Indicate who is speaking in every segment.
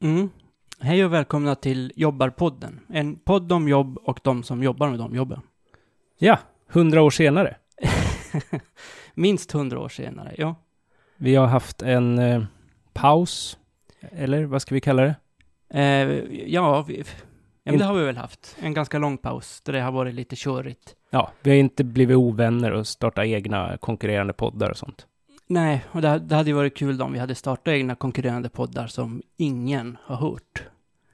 Speaker 1: Mm. Hej och välkomna till Jobbarpodden. En podd om jobb och de som jobbar med de jobben.
Speaker 2: Ja, hundra år senare.
Speaker 1: Minst hundra år senare, ja.
Speaker 2: Vi har haft en eh, paus, eller vad ska vi kalla det?
Speaker 1: Eh, ja, vi, ja men
Speaker 2: In-
Speaker 1: det har vi väl haft. En ganska lång paus, där det har varit lite körigt.
Speaker 2: Ja, vi har inte blivit ovänner och startat egna konkurrerande poddar och sånt.
Speaker 1: Nej, och det, det hade ju varit kul om vi hade startat egna konkurrerande poddar som ingen har hört.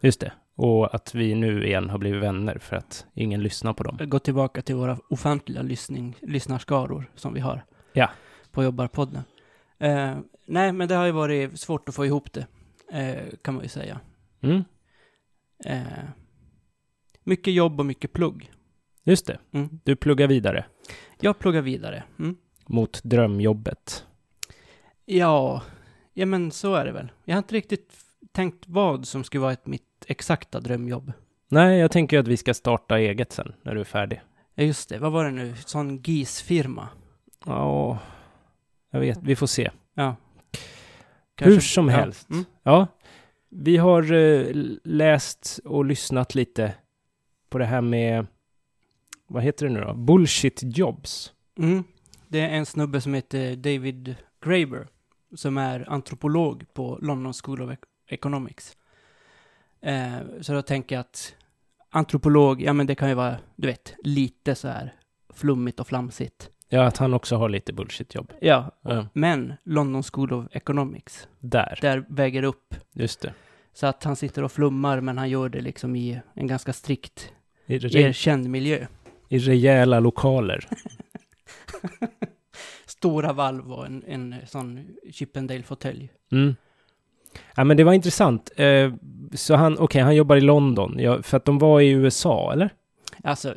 Speaker 2: Just det. Och att vi nu igen har blivit vänner för att ingen lyssnar på dem.
Speaker 1: Gå tillbaka till våra ofantliga lyssning, lyssnarskaror som vi har
Speaker 2: Ja.
Speaker 1: på Jobbarpodden. Eh, nej, men det har ju varit svårt att få ihop det, eh, kan man ju säga.
Speaker 2: Mm,
Speaker 1: Eh, mycket jobb och mycket plugg.
Speaker 2: just det.
Speaker 1: Mm.
Speaker 2: Du pluggar vidare
Speaker 1: Jag pluggar vidare. Mm.
Speaker 2: mot drömjobbet.
Speaker 1: Ja, ja, men så är det väl. Jag har inte riktigt f- tänkt vad som skulle vara ett mitt exakta drömjobb.
Speaker 2: Nej, jag tänker ju att vi ska starta eget sen när du är färdig.
Speaker 1: Ja, just det. Vad var det nu? Sån GIS-firma.
Speaker 2: Ja, jag vet. Vi får se.
Speaker 1: Ja. Kanske-
Speaker 2: Hur som
Speaker 1: ja.
Speaker 2: helst.
Speaker 1: Mm.
Speaker 2: Ja, vi har eh, läst och lyssnat lite på det här med, vad heter det nu då? Bullshit jobs.
Speaker 1: Mm. Det är en snubbe som heter David Graeber som är antropolog på London School of Ec- Economics. Eh, så då tänker jag att antropolog, ja men det kan ju vara, du vet, lite så här flummigt och flamsigt.
Speaker 2: Ja, att han också har lite bullshit jobb.
Speaker 1: Ja,
Speaker 2: Ja,
Speaker 1: men London School of Economics,
Speaker 2: där,
Speaker 1: där väger det upp.
Speaker 2: just det.
Speaker 1: Så att han sitter och flummar, men han gör det liksom i en ganska strikt
Speaker 2: I, re-
Speaker 1: erkänd miljö.
Speaker 2: I rejäla lokaler.
Speaker 1: Stora valv och en, en sån Chippendale-fåtölj.
Speaker 2: Mm. Ja, men det var intressant. Eh, så han, okej, han jobbar i London, ja, för att de var i USA, eller?
Speaker 1: Alltså,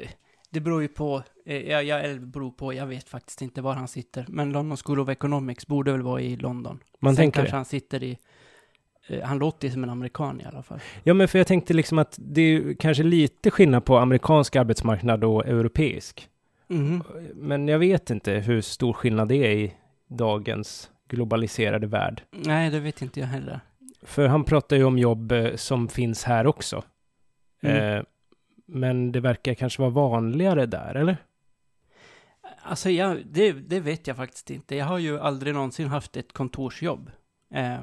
Speaker 1: det beror ju på, eh, ja, ja, eller beror på, jag vet faktiskt inte var han sitter, men London School of Economics borde väl vara i London.
Speaker 2: Man
Speaker 1: Sen
Speaker 2: tänker
Speaker 1: kanske
Speaker 2: det.
Speaker 1: han sitter i, eh, han låter ju som en amerikan i alla fall.
Speaker 2: Ja, men för jag tänkte liksom att det är ju kanske lite skillnad på amerikansk arbetsmarknad och europeisk. Mm.
Speaker 1: Mhm.
Speaker 2: Men jag vet inte hur stor skillnad det är i dagens globaliserade värld.
Speaker 1: Nej, det vet inte jag heller.
Speaker 2: För han pratar ju om jobb eh, som finns här också.
Speaker 1: Mm.
Speaker 2: Eh, men det verkar kanske vara vanligare där, eller?
Speaker 1: Alltså, jag, det, det vet jag faktiskt inte. Jag har ju aldrig någonsin haft ett kontorsjobb. Eh,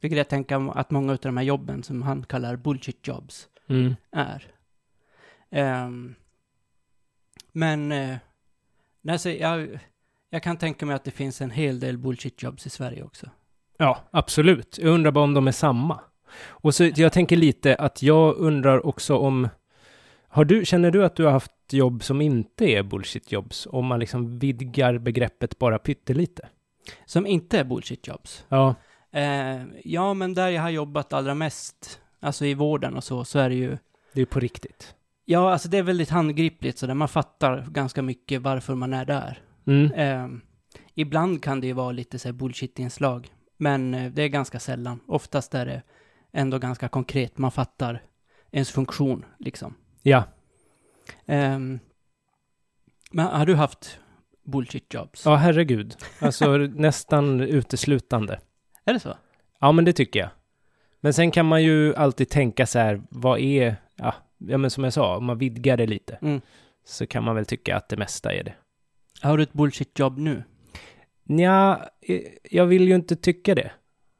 Speaker 1: vilket jag tänker att många av de här jobben som han kallar bullshit jobs
Speaker 2: Mm.
Speaker 1: är. Ehm, men eh, nej, så jag, jag kan tänka mig att det finns en hel del bullshit jobs i Sverige också.
Speaker 2: Ja, absolut. Jag undrar bara om de är samma. Och så jag tänker lite att jag undrar också om... Har du, känner du att du har haft jobb som inte är bullshit jobs? Om man liksom vidgar begreppet bara pyttelite?
Speaker 1: Som inte är bullshit jobs.
Speaker 2: Ja,
Speaker 1: Eh, ja, men där jag har jobbat allra mest, alltså i vården och så, så är det ju
Speaker 2: det är på riktigt.
Speaker 1: Ja, alltså det är väldigt handgripligt så där man fattar ganska mycket varför man är där.
Speaker 2: Mm.
Speaker 1: Ehm, ibland kan det ju vara lite så här bullshit-inslag, men eh, det är ganska sällan. Oftast är det ändå ganska konkret, man fattar ens funktion liksom.
Speaker 2: Ja,
Speaker 1: Ehm, men har du haft bullshit jobs?
Speaker 2: Ja, herregud. Alltså nästan uteslutande.
Speaker 1: Är det så?
Speaker 2: Ja, men det tycker jag. Men sen kan man ju alltid tänka så här, vad är, ja, ja men som jag sa, om man vidgar det lite,
Speaker 1: Mm.
Speaker 2: så kan man väl tycka att det mesta är det.
Speaker 1: Har du ett bullshit jobb nu?
Speaker 2: Nja, eh, jag vill ju inte tycka det.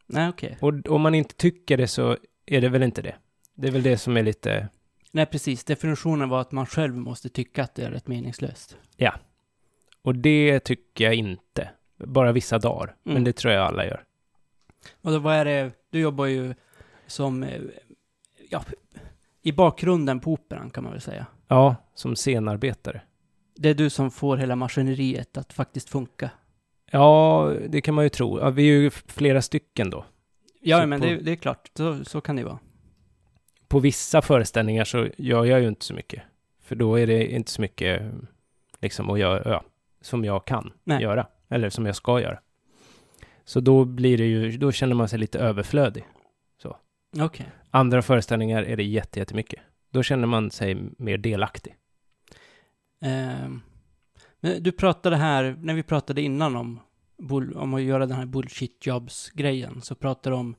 Speaker 1: Nej, okej.
Speaker 2: Och om man inte tycker det så är det väl inte det. Det är väl det som är lite,
Speaker 1: Nej, precis. Definitionen var att man själv måste tycka att det är rätt meningslöst.
Speaker 2: och det tycker jag inte. Bara vissa dagar,
Speaker 1: Mm.
Speaker 2: men det tror jag alla gör.
Speaker 1: Och då, vad är det, du jobbar ju som, eh, ja, i bakgrunden på operan kan man väl säga.
Speaker 2: Ja, som scenarbetare.
Speaker 1: Det är du som får hela maskineriet att faktiskt funka.
Speaker 2: Ja, det kan man ju tro. Ja, vi är ju flera stycken då.
Speaker 1: Ja,
Speaker 2: Så
Speaker 1: men
Speaker 2: på-
Speaker 1: det, det är klart, så, så kan det vara.
Speaker 2: på vissa föreställningar så gör jag ju inte så mycket. För då är det inte så mycket liksom att göra, ja, som jag kan
Speaker 1: Nej.
Speaker 2: göra. Eller som jag ska göra. Så då blir det ju, då känner man sig lite överflödig.
Speaker 1: Okej.
Speaker 2: Andra föreställningar är det jätte, jättemycket. Då känner man sig mer delaktig.
Speaker 1: Ehm, men du pratade här, när vi pratade innan om, bull, om att göra den här bullshit jobs-grejen, så pratade du om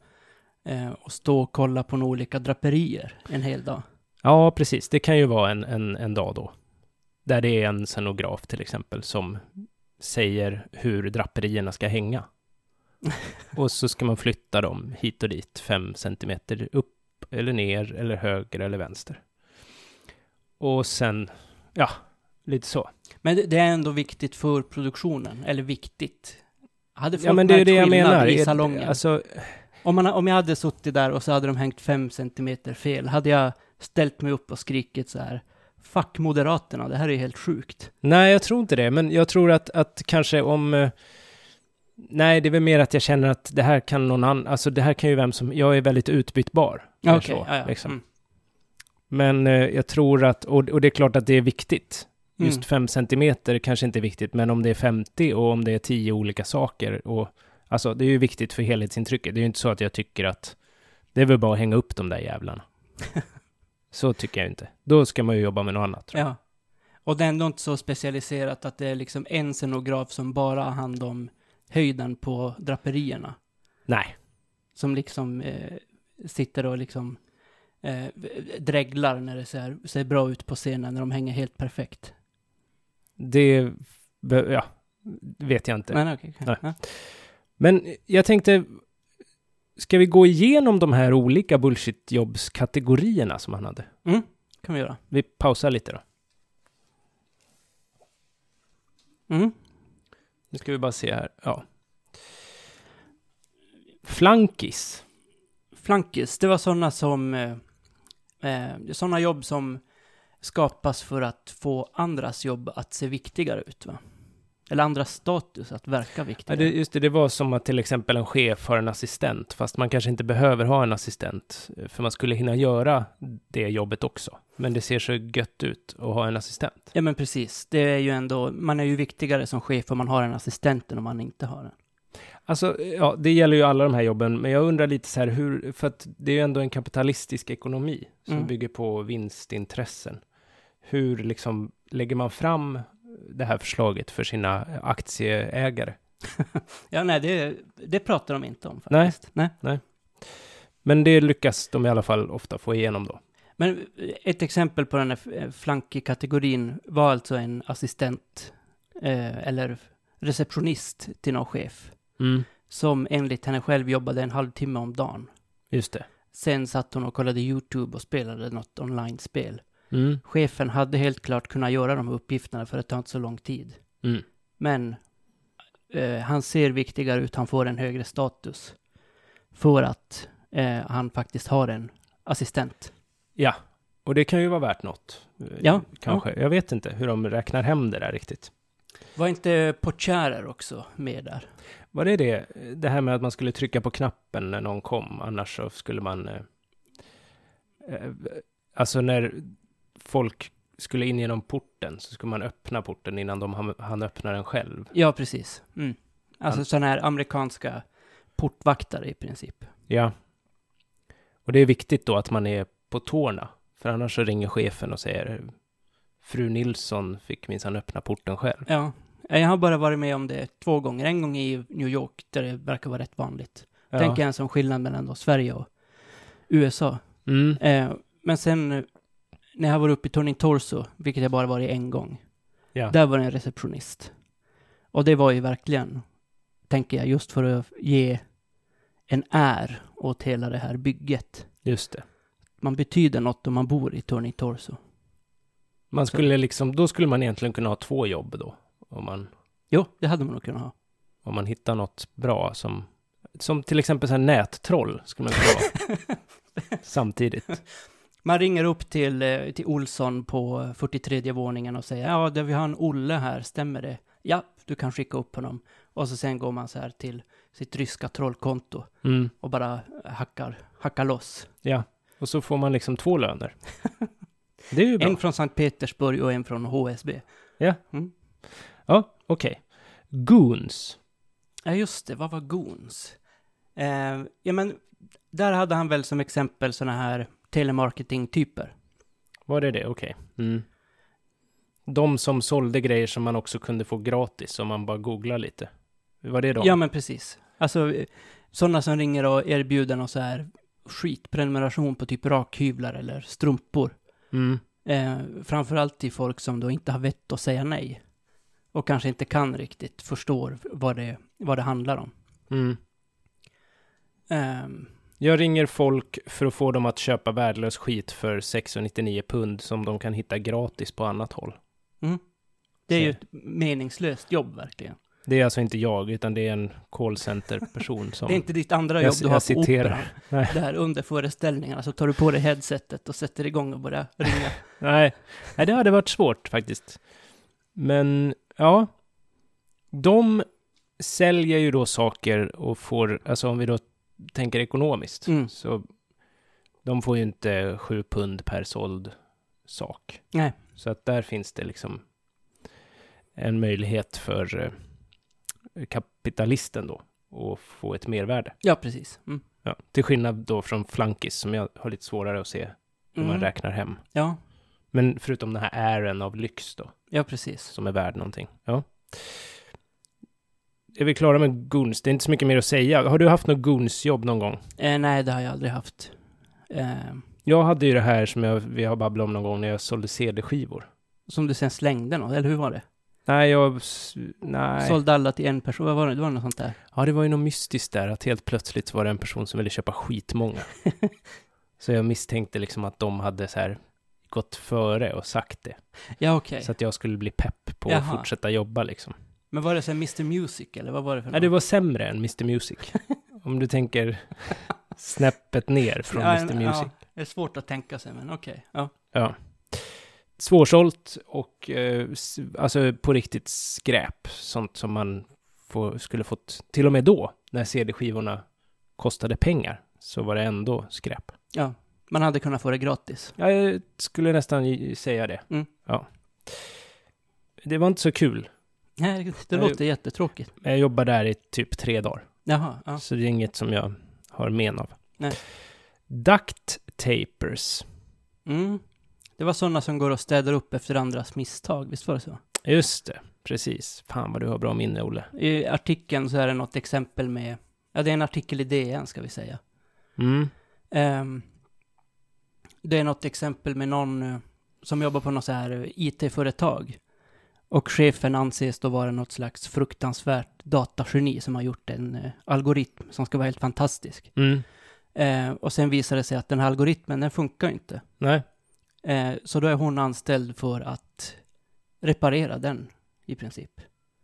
Speaker 1: eh, och stå och kolla på några olika draperier en hel dag.
Speaker 2: Ja, precis. Det kan ju vara en, en, en dag då. Där det är en scenograf till exempel som säger hur draperierna ska hänga. och så ska man flytta dem hit och dit, fem centimeter upp eller ner eller höger eller vänster. Och sen, ja, lite så.
Speaker 1: Men det- det är ändå viktigt för produktionen, eller viktigt. Hade folk
Speaker 2: Ja, men det är ju
Speaker 1: märkt
Speaker 2: det jag
Speaker 1: skillnad
Speaker 2: menar.
Speaker 1: i
Speaker 2: Är-
Speaker 1: salongen?
Speaker 2: Alltså,
Speaker 1: Om, man, om jag hade suttit där och så hade de hängt fem centimeter fel, hade jag ställt mig upp och skrikit så här Fuck Moderaterna, det här är ju helt sjukt.
Speaker 2: Nej, jag tror inte det, men jag tror att, att kanske om... eh, Nej, det är väl mer att jag känner att det här kan någon annan... Alltså det här kan ju vem som... Jag är väldigt utbytbar. eller så,
Speaker 1: ja, ja.
Speaker 2: liksom.
Speaker 1: Mm.
Speaker 2: Men eh, jag tror att... Och, och det är klart att det är viktigt.
Speaker 1: Mm.
Speaker 2: Just 5 centimeter kanske inte är viktigt, men om det är 50 och om det är 10 olika saker och... Alltså det är ju viktigt för helhetsintrycket. Det är ju inte så att jag tycker att... Det är väl bara att hänga upp de där jävlarna. så tycker jag inte. Då ska man ju jobba med något annat. Tror jag.
Speaker 1: Ja. Och det är ändå inte så specialiserat att det är liksom en scenograf som bara har hand om höjden på draperierna.
Speaker 2: Nej.
Speaker 1: Som liksom eh, sitter och liksom eh, dreglar när det ser, ser bra ut på scenen, när de hänger helt perfekt.
Speaker 2: Det... be- Ja. Vet jag inte.
Speaker 1: Nej, nej, okej.
Speaker 2: Nej.
Speaker 1: Ja.
Speaker 2: Men jag tänkte, ska vi gå igenom de här olika bullshitjobbskategorierna som han hade?
Speaker 1: Mm, kan vi göra.
Speaker 2: Vi pausar lite då.
Speaker 1: Mm.
Speaker 2: Nu ska vi bara se här. Ja. Flankis.
Speaker 1: Flankis, det var sådana som... Eh, eh, sådana jobb som skapas för att få andras jobb att se viktigare ut, va? Eller andras status att verka
Speaker 2: Ja,
Speaker 1: viktigare.
Speaker 2: det, just det, det var som att till exempel en chef har en assistent, fast man kanske inte behöver ha en assistent, eh, för man skulle hinna göra det jobbet också. Men det ser så gött ut att ha en assistent.
Speaker 1: Ja, men precis. Det är ju ändå... Man är ju viktigare som chef om man har en assistent än om man inte har en.
Speaker 2: Alltså, ja, det gäller ju alla de här jobben, men jag undrar lite så här hur, för att det är ju ändå en kapitalistisk ekonomi som
Speaker 1: Mm.
Speaker 2: bygger på vinstintressen. Hur liksom lägger man fram det här förslaget för sina aktieägare?
Speaker 1: Ja, nej, det, det pratar de inte om
Speaker 2: Nej.
Speaker 1: faktiskt. Nej.
Speaker 2: Men det lyckas de i alla fall ofta få igenom då.
Speaker 1: Men ett exempel på den här flankikategorin var alltså en assistent eh, eller receptionist till någon chef Mm. som enligt henne själv jobbade en halvtimme om dagen.
Speaker 2: Just det.
Speaker 1: Sen satt hon och kollade YouTube och spelade något online-spel. Mm. Chefen hade helt klart kunnat göra de här uppgifterna för det tar inte så lång tid.
Speaker 2: Mm.
Speaker 1: Men eh, han ser viktigare ut, han får en högre status. För att eh, han faktiskt har en assistent.
Speaker 2: Ja, och det kan ju vara värt något. eh,
Speaker 1: Ja,
Speaker 2: Kanske. Jag vet inte hur de räknar hem det där riktigt.
Speaker 1: Var inte Pocharer också med där?
Speaker 2: Var det det? Det här med att man skulle trycka på knappen när någon kom, annars så skulle man... eh, eh, Alltså när folk skulle in genom porten så skulle man öppna porten innan de hann- hann öppna den själv.
Speaker 1: Ja, precis. Mm. Alltså
Speaker 2: Han-
Speaker 1: sådana här amerikanska portvaktare i princip.
Speaker 2: Ja. Och det är viktigt då att man är på tårna, för annars så ringer chefen och säger Fru Nilsson fick minsann öppna porten själv.
Speaker 1: Ja. Eh, Jag har bara varit med om det två gånger. En gång i New York, där det verkar vara rätt vanligt.
Speaker 2: Ja.
Speaker 1: Tänker jag en sån skillnad mellan då Sverige och USA.
Speaker 2: Mm.
Speaker 1: Eh, men sen eh, när jag var uppe i Turning Torso, vilket jag bara varit en gång,
Speaker 2: Ja.
Speaker 1: där var det en receptionist. Och det var ju verkligen, tänker jag, just för att ge en är åt hela det här bygget.
Speaker 2: Just det.
Speaker 1: Man betyder något om man bor i Turning Torso.
Speaker 2: Man skulle liksom, då skulle man egentligen kunna ha två jobb då, om man
Speaker 1: Jo, det hade man nog kunnat ha.
Speaker 2: om man hittar något bra som, som till exempel så här nättroll skulle man kunna vara samtidigt.
Speaker 1: Man ringer upp till, eh, till Olsson på 43 våningen och säger ja, det, vi har en Olle här, stämmer det? Ja, du kan skicka upp honom. Och så sen går man så här till sitt ryska trollkonto
Speaker 2: Mm,
Speaker 1: och bara hackar, hackar loss.
Speaker 2: ja, och så får man liksom två löner. Det är ju bra.
Speaker 1: En från Sankt Petersburg och en från HSB.
Speaker 2: Ja, okej. Goons.
Speaker 1: Ja, just det, vad var Goons? Eh, ja, men där hade han väl som exempel sådana här telemarketing-typer.
Speaker 2: Var det det? Okej. Mm. De som sålde grejer som man också kunde få gratis om man bara googlar lite. Var det de?
Speaker 1: Ja, men precis. Alltså, sådana som ringer och erbjuder någon så här skitprenumeration på typ rakhyvlar eller strumpor.
Speaker 2: Mm.
Speaker 1: Eh, framförallt till folk som då inte har vett att säga nej. Och kanske inte kan riktigt förstå vad det, vad det handlar om.
Speaker 2: Mm.
Speaker 1: Ehm,
Speaker 2: Jag ringer folk för att få dem att köpa värdelös skit för 699 pund som de kan hitta gratis på annat håll.
Speaker 1: det är
Speaker 2: Så.
Speaker 1: ju ett meningslöst jobb verkligen.
Speaker 2: Det är alltså inte jag, utan det är en callcenter-person som...
Speaker 1: Det är inte ditt andra
Speaker 2: Jag-
Speaker 1: jobb du
Speaker 2: jag
Speaker 1: har på
Speaker 2: citerar.
Speaker 1: operan.
Speaker 2: Nej.
Speaker 1: Där under föreställningarna så tar du på dig headsetet och sätter igång och börjar ringa.
Speaker 2: Nej. Nej, det hade varit svårt faktiskt. Men, ja. De säljer ju då saker och får, alltså om vi då tänker ekonomiskt,
Speaker 1: Mm.
Speaker 2: så de får ju inte sju pund per såld sak.
Speaker 1: Nej.
Speaker 2: Så att där finns det liksom en möjlighet för eh, kapitalisten då att få ett mervärde.
Speaker 1: Ja, precis. Mm.
Speaker 2: Ja. Till skillnad då från flankis som jag har lite svårare att se hur man
Speaker 1: Mm.
Speaker 2: räknar hem.
Speaker 1: Ja,
Speaker 2: Men förutom den här ären av lyx då,
Speaker 1: ja precis.
Speaker 2: som är värd någonting. Ja. Är vi klara med Goons? Det är inte så mycket mer att säga. Har du haft något Goons-jobb någon gång?
Speaker 1: Eh, nej, det har jag aldrig haft. Eh,
Speaker 2: Jag hade ju det här som jag, vi har babblat om någon gång när jag sålde CD-skivor.
Speaker 1: som du sen slängde något, eller hur var det?
Speaker 2: Nej, jag... s- Nej.
Speaker 1: Sålde alla till en person, vad var det? Det var något sånt där.
Speaker 2: Ja, det var ju något mystiskt där att helt plötsligt så var det en person som ville köpa skitmånga. så jag misstänkte liksom att de hade så här gått före och sagt det.
Speaker 1: Ja, okej.
Speaker 2: Så att jag skulle bli pepp på
Speaker 1: Jaha.
Speaker 2: att fortsätta jobba liksom.
Speaker 1: Men var det sen Mr Music, eller vad var det för
Speaker 2: Nej, det var sämre än Mr Music. Om du tänker snäppet ner från
Speaker 1: Ja,
Speaker 2: Mr Music.
Speaker 1: Ja, det är svårt att tänka sig, men okej. Ja.
Speaker 2: Ja. Svårsålt och eh, s- alltså på riktigt skräp. Sånt som man få, skulle fått, till och med då, när CD-skivorna kostade pengar, så var det ändå skräp.
Speaker 1: ja, man hade kunnat få det gratis.
Speaker 2: Ja, Jag skulle nästan i- säga det.
Speaker 1: Mm.
Speaker 2: Ja. Det var inte så kul.
Speaker 1: Nej, det, det
Speaker 2: Nej.
Speaker 1: låter jättetråkigt.
Speaker 2: Men Jag jobbade där i typ tre dagar,
Speaker 1: Jaha, ja.
Speaker 2: så det är inget som jag har men av.
Speaker 1: Nej.
Speaker 2: Duct tapers.
Speaker 1: Mm. Det var sådana som går och städar upp efter andras misstag, visst var det så?
Speaker 2: Just det, precis. Fan vad du har bra minne, Olle.
Speaker 1: I artikeln så är det något exempel med, ja det är en artikel i DN ska vi säga.
Speaker 2: Mm.
Speaker 1: Ehm, det är något exempel med någon eh, som jobbar på något så här eh, IT-företag. Och chefen anses då vara något slags fruktansvärt datageni som har gjort en eh, algoritm som ska vara helt fantastisk.
Speaker 2: Mm.
Speaker 1: Eh, och sen visar det sig att den här algoritmen, den funkar inte.
Speaker 2: Nej.
Speaker 1: Eh, så då är hon anställd för att reparera den i princip.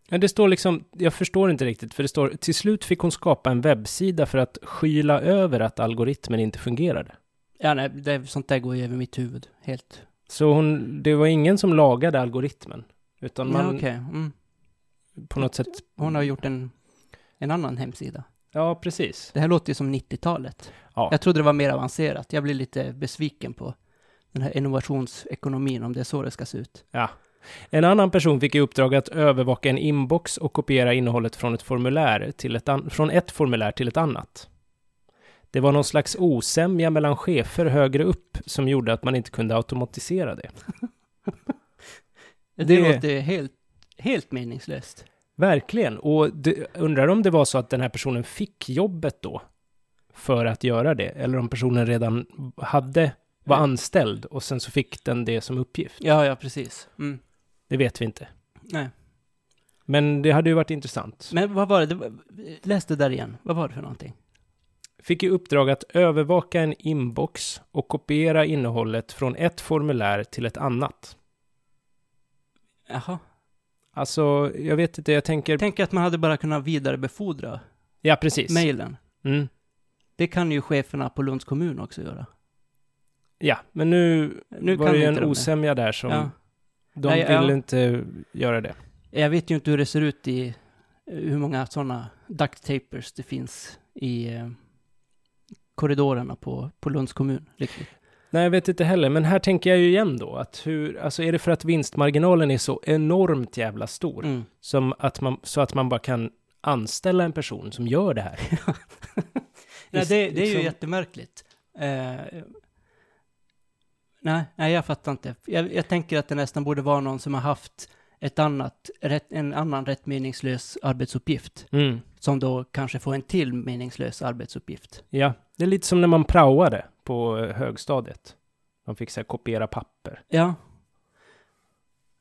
Speaker 2: Ja, det står liksom, jag förstår inte riktigt, för det står till slut fick hon skapa en webbsida för att skyla över att algoritmen inte fungerade.
Speaker 1: Ja, nej, det, sånt där går ju över mitt huvud helt.
Speaker 2: Så hon, det var ingen som lagade algoritmen, utan man
Speaker 1: Ja, okej. Mm.
Speaker 2: på något sätt...
Speaker 1: Hon har gjort en, en annan hemsida.
Speaker 2: Ja, precis.
Speaker 1: Det här låter ju som 90-talet.
Speaker 2: Ja.
Speaker 1: Jag trodde det var mer avancerat. Jag blir lite besviken på den här innovationsekonomin, om det är så det ska se ut.
Speaker 2: En annan person fick i uppdrag att övervaka en inbox och kopiera innehållet från ett formulär till ett, an- från ett formulär till ett annat. Det var någon slags osämja mellan chefer högre upp som gjorde att man inte kunde automatisera det.
Speaker 1: Det,
Speaker 2: Det-
Speaker 1: låter helt, helt meningslöst.
Speaker 2: Verkligen. Och det, undrar om det var så att den här personen fick jobbet då för att göra det, eller om personen redan hade, var
Speaker 1: Mm.
Speaker 2: anställd och sen så fick den det som uppgift.
Speaker 1: Ja, ja, precis. Mm.
Speaker 2: Det vet vi inte.
Speaker 1: Nej.
Speaker 2: Men det hade ju varit intressant.
Speaker 1: Men vad var det? det var, läs det där igen. Vad var det för någonting?
Speaker 2: Fick i uppdrag att övervaka en inbox och kopiera innehållet från ett formulär till ett annat.
Speaker 1: Jaha.
Speaker 2: Alltså, jag vet inte, jag tänker...
Speaker 1: Tänk att man hade bara kunnat vidarebefordra
Speaker 2: ja, precis.
Speaker 1: mejlen.
Speaker 2: Mm.
Speaker 1: Det kan ju cheferna på Lunds kommun också göra.
Speaker 2: Ja, men nu,
Speaker 1: Nu
Speaker 2: var
Speaker 1: kan
Speaker 2: det ju
Speaker 1: inte de
Speaker 2: en
Speaker 1: det.
Speaker 2: osämja där som...
Speaker 1: Ja.
Speaker 2: De
Speaker 1: Nej,
Speaker 2: ville
Speaker 1: ja.
Speaker 2: inte göra det.
Speaker 1: Jag vet ju inte hur det ser ut i hur många sådana duct tapers det finns i eh, korridorerna på, på Lunds kommun. Riktigt.
Speaker 2: Nej, jag vet inte heller, men här tänker jag ju igen då att hur, alltså är det för att vinstmarginalen är så enormt jävla stor
Speaker 1: Mm.
Speaker 2: som att man, så att man bara kan anställa en person som gör det här?
Speaker 1: Nej, det, det är ju
Speaker 2: Liksom-
Speaker 1: jättemärkligt. Eh, nej, nej, jag fattar inte. Jag, jag tänker att det nästan borde vara någon som har haft ett annat, rätt, en annan rätt meningslös arbetsuppgift
Speaker 2: Mm.
Speaker 1: som då kanske får en till meningslös arbetsuppgift.
Speaker 2: Ja, det är lite som när man praoade på eh, högstadiet. Man fick så här, kopiera papper.
Speaker 1: Ja.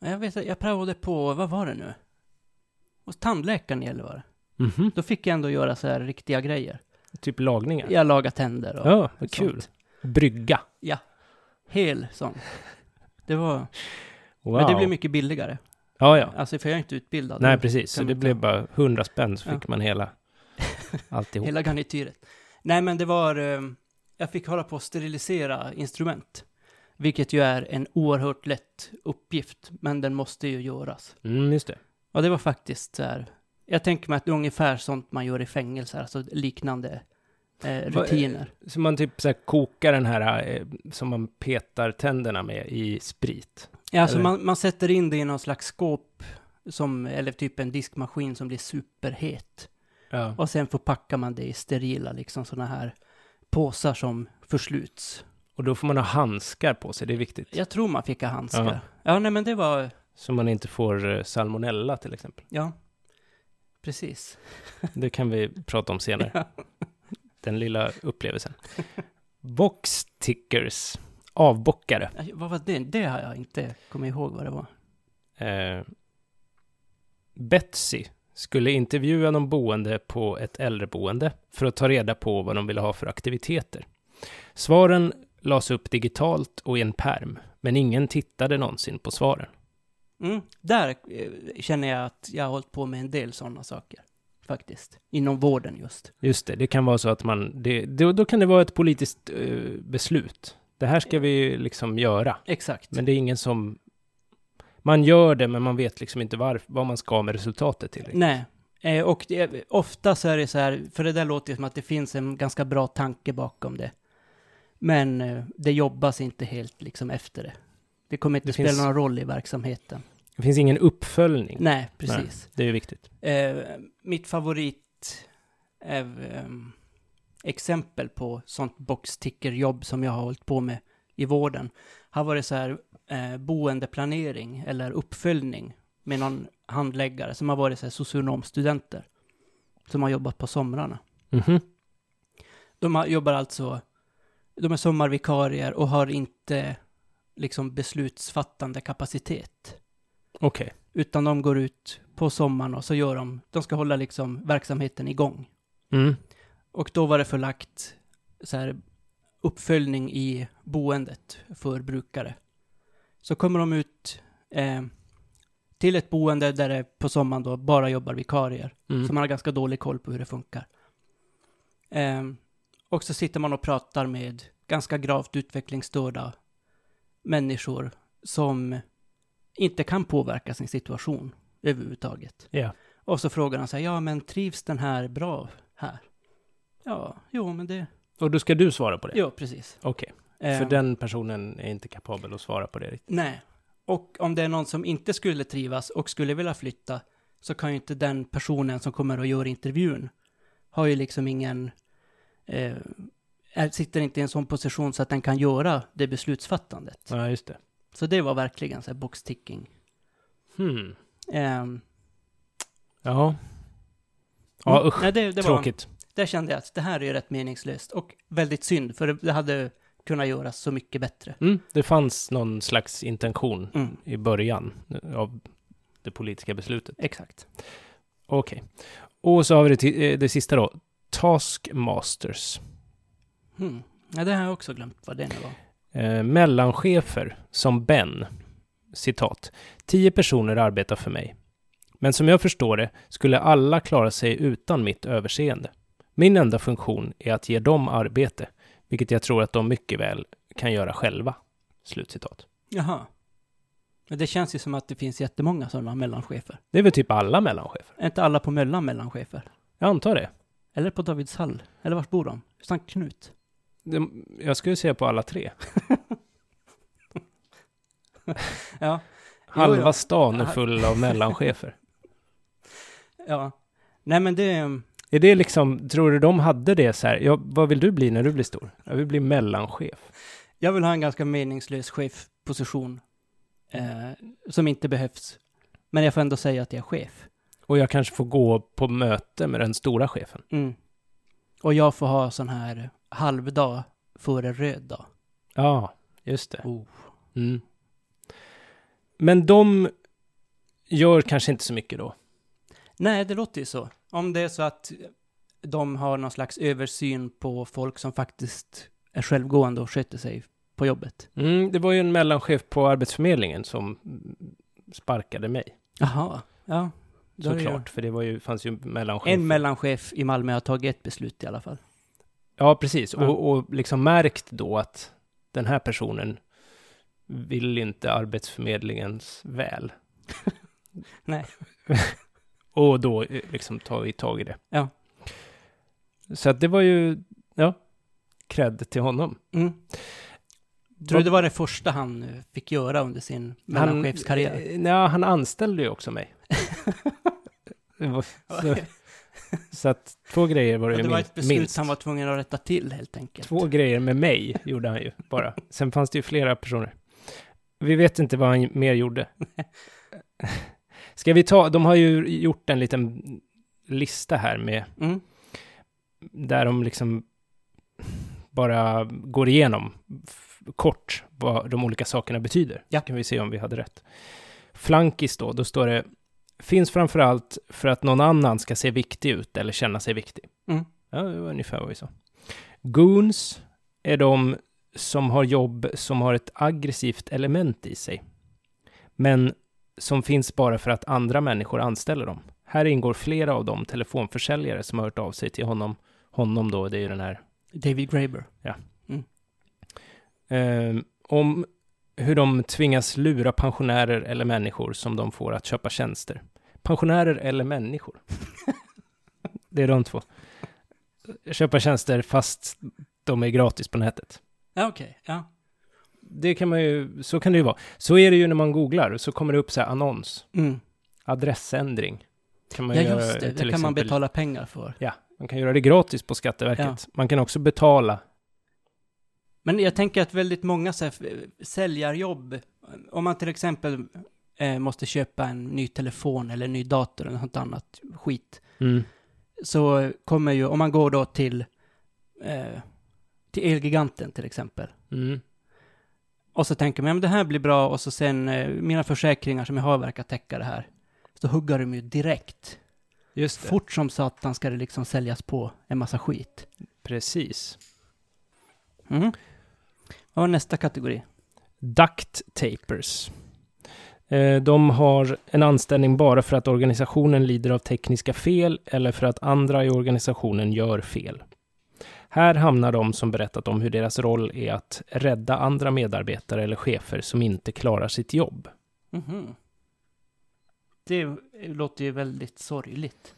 Speaker 1: Jag vet att jag prövade på, vad var det nu? Hos tandläkaren i Gällivare.
Speaker 2: Mhm.
Speaker 1: Då fick jag ändå göra så här riktiga grejer.
Speaker 2: Typ lagningar.
Speaker 1: Jag lagade tänder och
Speaker 2: Ja, vad
Speaker 1: sånt.
Speaker 2: kul. Brygga.
Speaker 1: hel sån. Det var,
Speaker 2: Wow.
Speaker 1: men det blev mycket billigare.
Speaker 2: Ja, ja.
Speaker 1: Alltså för jag är inte utbildad.
Speaker 2: Nej, precis. Så
Speaker 1: kan
Speaker 2: det
Speaker 1: man
Speaker 2: blev bara 100 spänn så
Speaker 1: Ja.
Speaker 2: fick man hela alltihop.
Speaker 1: Hela garnityret. Nej, men det var... eh, Jag fick hålla på att sterilisera instrument. Vilket ju är en oerhört lätt uppgift, men den måste ju göras.
Speaker 2: Mm, just det.
Speaker 1: Och det var faktiskt så här... Jag tänker mig att det är ungefär sånt man gör i fängelser, alltså liknande eh,
Speaker 2: Vad-
Speaker 1: rutiner.
Speaker 2: Så man typ så här kokar den här eh, som man petar tänderna med i sprit.
Speaker 1: Ja, alltså
Speaker 2: eller-
Speaker 1: man, man sätter in det i någon slags skåp, som, eller typ en diskmaskin som blir superhet.
Speaker 2: Ja.
Speaker 1: Och sen förpackar man det i sterila, liksom sådana här påsar som försluts.
Speaker 2: Och då får man ha handskar på sig, det är viktigt.
Speaker 1: Jag tror man fick ha handskar.
Speaker 2: Jaha.
Speaker 1: Ja, nej men det var,
Speaker 2: Så man inte får eh, salmonella till exempel.
Speaker 1: ja. Precis.
Speaker 2: Det kan vi prata om senare.
Speaker 1: Ja.
Speaker 2: Den lilla upplevelsen. Box tickers, avbockare.
Speaker 1: Aj, Vad var det? Det har jag inte kommit ihåg vad det var.
Speaker 2: Eh, Betsy skulle intervjua de boende på ett äldreboende för att ta reda på vad de ville ha för aktiviteter. Svaren lades upp digitalt och i en perm, men ingen tittade någonsin på svaren.
Speaker 1: Mm. Där eh, känner jag att jag har hållit på med en del sådana saker. Faktiskt. Inom vården just.
Speaker 2: Just det, det kan vara så att man, det, då, då kan det vara ett politiskt eh, beslut. Det här ska vi liksom göra,
Speaker 1: Exakt.
Speaker 2: men det är ingen som... Man gör det, men man vet liksom inte var, vad man ska med resultatet till.
Speaker 1: Nej. Eh, och det, ofta så är det så här, för det där låter ju som att det finns en ganska bra tanke bakom det. Men eh, det jobbas inte helt liksom efter det. Det kommer inte
Speaker 2: Det
Speaker 1: spela
Speaker 2: finns-
Speaker 1: någon roll i verksamheten.
Speaker 2: Det finns ingen uppföljning.
Speaker 1: Nej, precis.
Speaker 2: Det är viktigt.
Speaker 1: Eh, mitt favorit eh, ehm, exempel på sånt boxtickerjobb som jag har hållit på med i vården har varit så här eh, boendeplanering eller uppföljning med någon handläggare som har varit så här socionomstudenter som har jobbat på somrarna.
Speaker 2: Mhm.
Speaker 1: De har, jobbar alltså, de är sommarvikarier och har inte liksom beslutsfattande kapacitet.
Speaker 2: Okej.
Speaker 1: Utan de går ut på sommaren och så gör de, de ska hålla liksom verksamheten igång.
Speaker 2: Mm.
Speaker 1: Och då var det förlagt så här, uppföljning i boendet för brukare. Så kommer de ut eh, till ett boende där det på sommaren då bara jobbar vikarier.
Speaker 2: Mm.
Speaker 1: Så man har ganska dålig koll på hur det funkar. Ehm, och så sitter man och pratar med ganska gravt utvecklingsstörda människor som inte kan påverka sin situation överhuvudtaget.
Speaker 2: Ja.
Speaker 1: Och så frågar han så här, ja men trivs den här bra här? Ja, jo men det,
Speaker 2: Och då ska du svara på det?
Speaker 1: ja precis.
Speaker 2: Okej, för
Speaker 1: Ehm,
Speaker 2: den personen är inte kapabel att svara på det riktigt.
Speaker 1: Nej. Och om det är någon som inte skulle trivas och skulle vilja flytta så kan ju inte den personen som kommer och gör intervjun har ju liksom ingen... Eh, är- sitter inte i en sån position så att den kan göra det beslutsfattandet.
Speaker 2: Ja, just det.
Speaker 1: Så det var verkligen så här boxticking.
Speaker 2: Hmm.
Speaker 1: Ehm,
Speaker 2: Ja. Ja,
Speaker 1: mm,
Speaker 2: usch.
Speaker 1: nej, det, det Var,
Speaker 2: Tråkigt.
Speaker 1: där kände jag att det här är ju rätt meningslöst och väldigt synd för det, det hade kunnat göras så mycket bättre.
Speaker 2: Mm. Det fanns någon slags intention
Speaker 1: Mm,
Speaker 2: i början av det politiska beslutet.
Speaker 1: exakt.
Speaker 2: Okej. Och så har vi det, ti- eh, det sista då. Taskmasters.
Speaker 1: Mm. Ja, det har jag också glömt vad det nu var.
Speaker 2: Eh, mellanchefer som Ben. Citat. Tio personer arbetar för mig. Men som jag förstår det skulle alla klara sig utan mitt överseende. Min enda funktion är att ge dem arbete, vilket jag tror att de mycket väl kan göra själva. Slutcitat.
Speaker 1: Jaha. Men det känns ju som att det finns jättemånga sådana mellanchefer.
Speaker 2: Det är väl typ alla mellanchefer?
Speaker 1: Är inte alla på Möllan mellanchefer?
Speaker 2: Jag antar det. Eller?
Speaker 1: Eller på Davidshall? Eller vart bor de? Sankt Knut?
Speaker 2: De- Jag skulle säga på alla tre.
Speaker 1: Ja.
Speaker 2: Halva
Speaker 1: Jo, ja.
Speaker 2: stan är
Speaker 1: Ah.
Speaker 2: full av mellanchefer.
Speaker 1: Ja. Nej men det...
Speaker 2: Är det liksom, tror du de hade det så här, ja, vad vill du bli när du blir stor? Jag vill bli mellanchef.
Speaker 1: Jag vill ha en ganska meningslös chefposition. Eh, som inte behövs. Men jag får ändå säga att jag är chef.
Speaker 2: Och jag kanske får gå på möte med den stora chefen.
Speaker 1: Mm. Och jag får ha sån här halvdag före röd dag.
Speaker 2: Ja, just det.
Speaker 1: Oh.
Speaker 2: Mm. Men de gör kanske inte så mycket då.
Speaker 1: Nej, det låter ju så. Om det är så att de har någon slags översyn på folk som faktiskt är självgående och sköter sig på jobbet.
Speaker 2: Mm, det var ju en mellanchef på Arbetsförmedlingen som sparkade mig.
Speaker 1: Jaha, ja. Då är det ju-
Speaker 2: Såklart, för det var ju, fanns ju mellanchefer.
Speaker 1: En mellanchef i Malmö har tagit ett beslut i alla fall.
Speaker 2: Ja, precis.
Speaker 1: Ja.
Speaker 2: Och, och liksom märkt då att den här personen vill inte Arbetsförmedlingens väl.
Speaker 1: Nej.
Speaker 2: och då eh, liksom tar vi tag i det.
Speaker 1: Ja.
Speaker 2: Så att det var ju, ja, cred till honom.
Speaker 1: Mm. Tror du det var det första han eh, fick göra under sin mellanchefskarriär?
Speaker 2: Han, eh, ja, han anställde ju också mig. Det var- så, så att två grejer var det,
Speaker 1: Ja,
Speaker 2: ju
Speaker 1: det var
Speaker 2: minst.
Speaker 1: ett beslut
Speaker 2: minst.
Speaker 1: han var tvungen att rätta till helt enkelt.
Speaker 2: Två grejer med mig gjorde han ju bara. Sen fanns det ju flera personer. Vi vet inte vad han mer gjorde. Ska vi ta, de har ju gjort en liten lista här med,
Speaker 1: Mm.
Speaker 2: där de liksom bara går igenom f- kort vad de olika sakerna betyder.
Speaker 1: Ja.
Speaker 2: Så kan vi se om vi hade rätt. Flankis då, då står det, finns framför allt för att någon annan ska se viktig ut eller känna sig viktig.
Speaker 1: Mm.
Speaker 2: Ja, det var ungefär vad vi sa. Goons är de som har jobb som har ett aggressivt element i sig. Men som finns bara för att andra människor anställer dem. Här ingår flera av de telefonförsäljare som har hört av sig till honom. Honom då, det är ju den här.
Speaker 1: David Graeber.
Speaker 2: Eh, om hur de tvingas lura pensionärer eller människor som de får att köpa tjänster. Pensionärer eller människor. det är de två. Köpa tjänster fast de är gratis på nätet.
Speaker 1: Ja, okej. Ja.
Speaker 2: Det kan man ju, så kan det ju vara. Så är det ju när man googlar, så kommer det upp så här annons,
Speaker 1: Mm.
Speaker 2: adressändring. Kan man
Speaker 1: Ja,
Speaker 2: göra
Speaker 1: just det. Det
Speaker 2: till
Speaker 1: kan man
Speaker 2: exempel-
Speaker 1: betala pengar för.
Speaker 2: Man kan göra det gratis på Skatteverket. Man kan också betala.
Speaker 1: Men jag tänker att väldigt många så här, f- säljarjobb, om man till exempel eh, måste köpa en ny telefon eller en ny dator eller något annat skit, så kommer ju, om man går då till, eh, till Elgiganten till exempel,
Speaker 2: Mm.
Speaker 1: och så tänker man, ja, men det här blir bra, och så sen, eh, mina försäkringar som jag har verkar täcka det här, så huggar de ju direkt.
Speaker 2: Just det.
Speaker 1: Fort som satan ska det liksom säljas på en massa skit.
Speaker 2: Precis.
Speaker 1: Mm. Vad var nästa kategori?
Speaker 2: Duct tapers. Eh, De har en anställning bara för att organisationen lider av tekniska fel eller för att andra i organisationen gör fel. Här hamnar de som berättat om hur deras roll är att rädda andra medarbetare eller chefer som inte klarar sitt jobb.
Speaker 1: Mhm. Det låter ju väldigt sorgligt.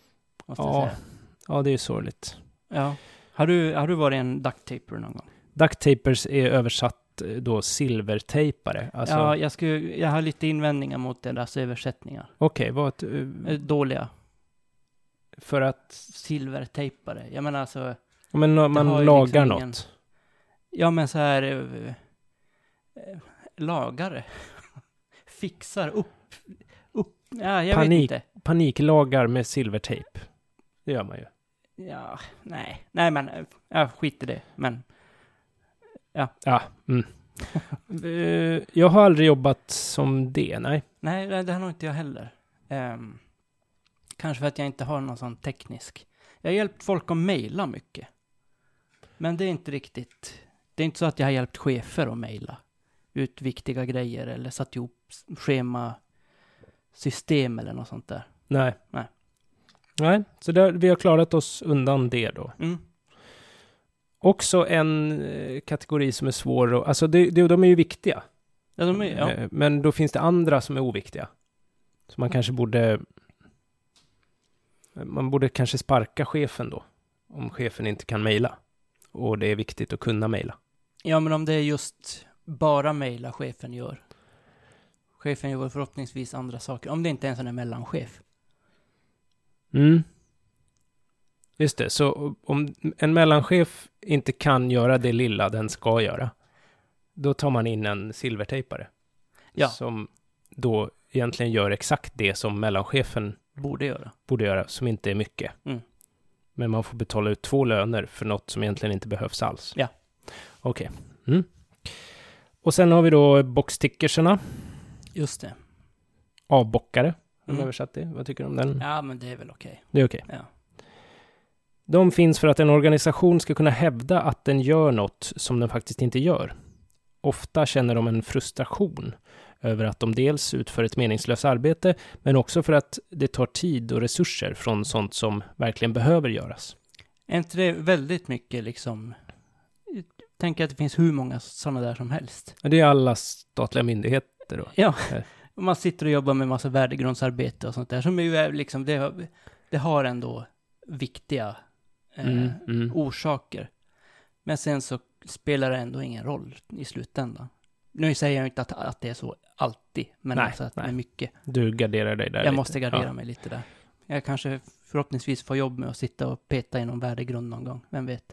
Speaker 1: Måste
Speaker 2: Ja.
Speaker 1: jag säga.
Speaker 2: Ja, det är ju sorgligt.
Speaker 1: Ja. Har du, har du varit en ducktaper någon gång?
Speaker 2: Duct tapers är översatt eh, då silvertejpare. Alltså,
Speaker 1: Ja, jag, skulle, jag har lite invändningar mot deras översättningar.
Speaker 2: Okej, vad ett, eh,
Speaker 1: Eh, Dåliga.
Speaker 2: för att
Speaker 1: Silvertejpare. Jag menar alltså,
Speaker 2: ja, men, när
Speaker 1: har ju
Speaker 2: man lagar
Speaker 1: liksom ingen-
Speaker 2: något.
Speaker 1: ja men så här, eh, eh, lagare. Fixar upp, upp, ja jag
Speaker 2: Panik.
Speaker 1: vet inte.
Speaker 2: Paniklagar med silvertejp. Det gör man ju.
Speaker 1: Ja, nej, nej men, eh, ja, skit i det. Men,
Speaker 2: Ja, mm. Eh, jag har aldrig jobbat som det, nej.
Speaker 1: Nej, det det har nog inte jag heller. Ehm, kanske för att jag inte har någon sån teknisk. Jag har hjälpt folk att mejla mycket. Men det är inte riktigt. Det är inte så att jag har hjälpt chefer att mejla ut viktiga grejer eller satt ihop s- schemasystem eller något sånt där.
Speaker 2: Nej.
Speaker 1: Nej.
Speaker 2: Nej, så där, vi har klarat oss undan det då.
Speaker 1: Mm.
Speaker 2: Också en eh, kategori som är svår att... Alltså, det, det, de är ju viktiga.
Speaker 1: Ja, de är, ja.
Speaker 2: Eh, Men då finns det andra som är oviktiga. Så man kanske borde... eh, Man borde kanske sparka chefen då. Om chefen inte kan mejla. Och det är viktigt att kunna mejla.
Speaker 1: ja, men om det är just bara mejla chefen gör. Chefen gör förhoppningsvis andra saker. Om det inte är en sån där mellanchef.
Speaker 2: Mm. Just det, så om en mellanchef inte kan göra det lilla den ska göra, då tar man in en silvertejpare.
Speaker 1: Ja.
Speaker 2: Som då egentligen gör exakt det som mellanchefen
Speaker 1: borde göra.
Speaker 2: borde göra, som inte är mycket.
Speaker 1: Mm.
Speaker 2: Men man får betala ut två löner för något som egentligen inte behövs alls.
Speaker 1: Ja.
Speaker 2: Okej. Mm. Och sen har vi då boxtickerserna,
Speaker 1: Just det.
Speaker 2: avbockare. Har du
Speaker 1: Mm.
Speaker 2: översatt det? Vad tycker du om den?
Speaker 1: Ja, men det är väl okej.
Speaker 2: Det är okej.
Speaker 1: Ja.
Speaker 2: De finns för att en organisation ska kunna hävda att den gör något som den faktiskt inte gör. Ofta känner de en frustration över att de dels utför ett meningslöst arbete, men också för att det tar tid och resurser från sånt som verkligen behöver göras.
Speaker 1: Är inte det väldigt mycket liksom... Tänk att det finns hur många sådana där som helst.
Speaker 2: Men Det är alla statliga myndigheter då.
Speaker 1: Ja, och man sitter och jobbar med massa värdegrundsarbete och sånt där som ju är liksom, det, har- det har ändå viktiga eh,
Speaker 2: Mm, mm.
Speaker 1: orsaker. Men sen så spelar det ändå ingen roll i slutändan. Nu säger jag inte att, att det är så alltid, men
Speaker 2: Nej,
Speaker 1: alltså att
Speaker 2: nej.
Speaker 1: det är mycket.
Speaker 2: Du garderar dig där
Speaker 1: Jag
Speaker 2: lite.
Speaker 1: måste gardera mig lite där. Jag kanske förhoppningsvis får jobb med att sitta och peta i någon värdegrund någon gång, vem vet.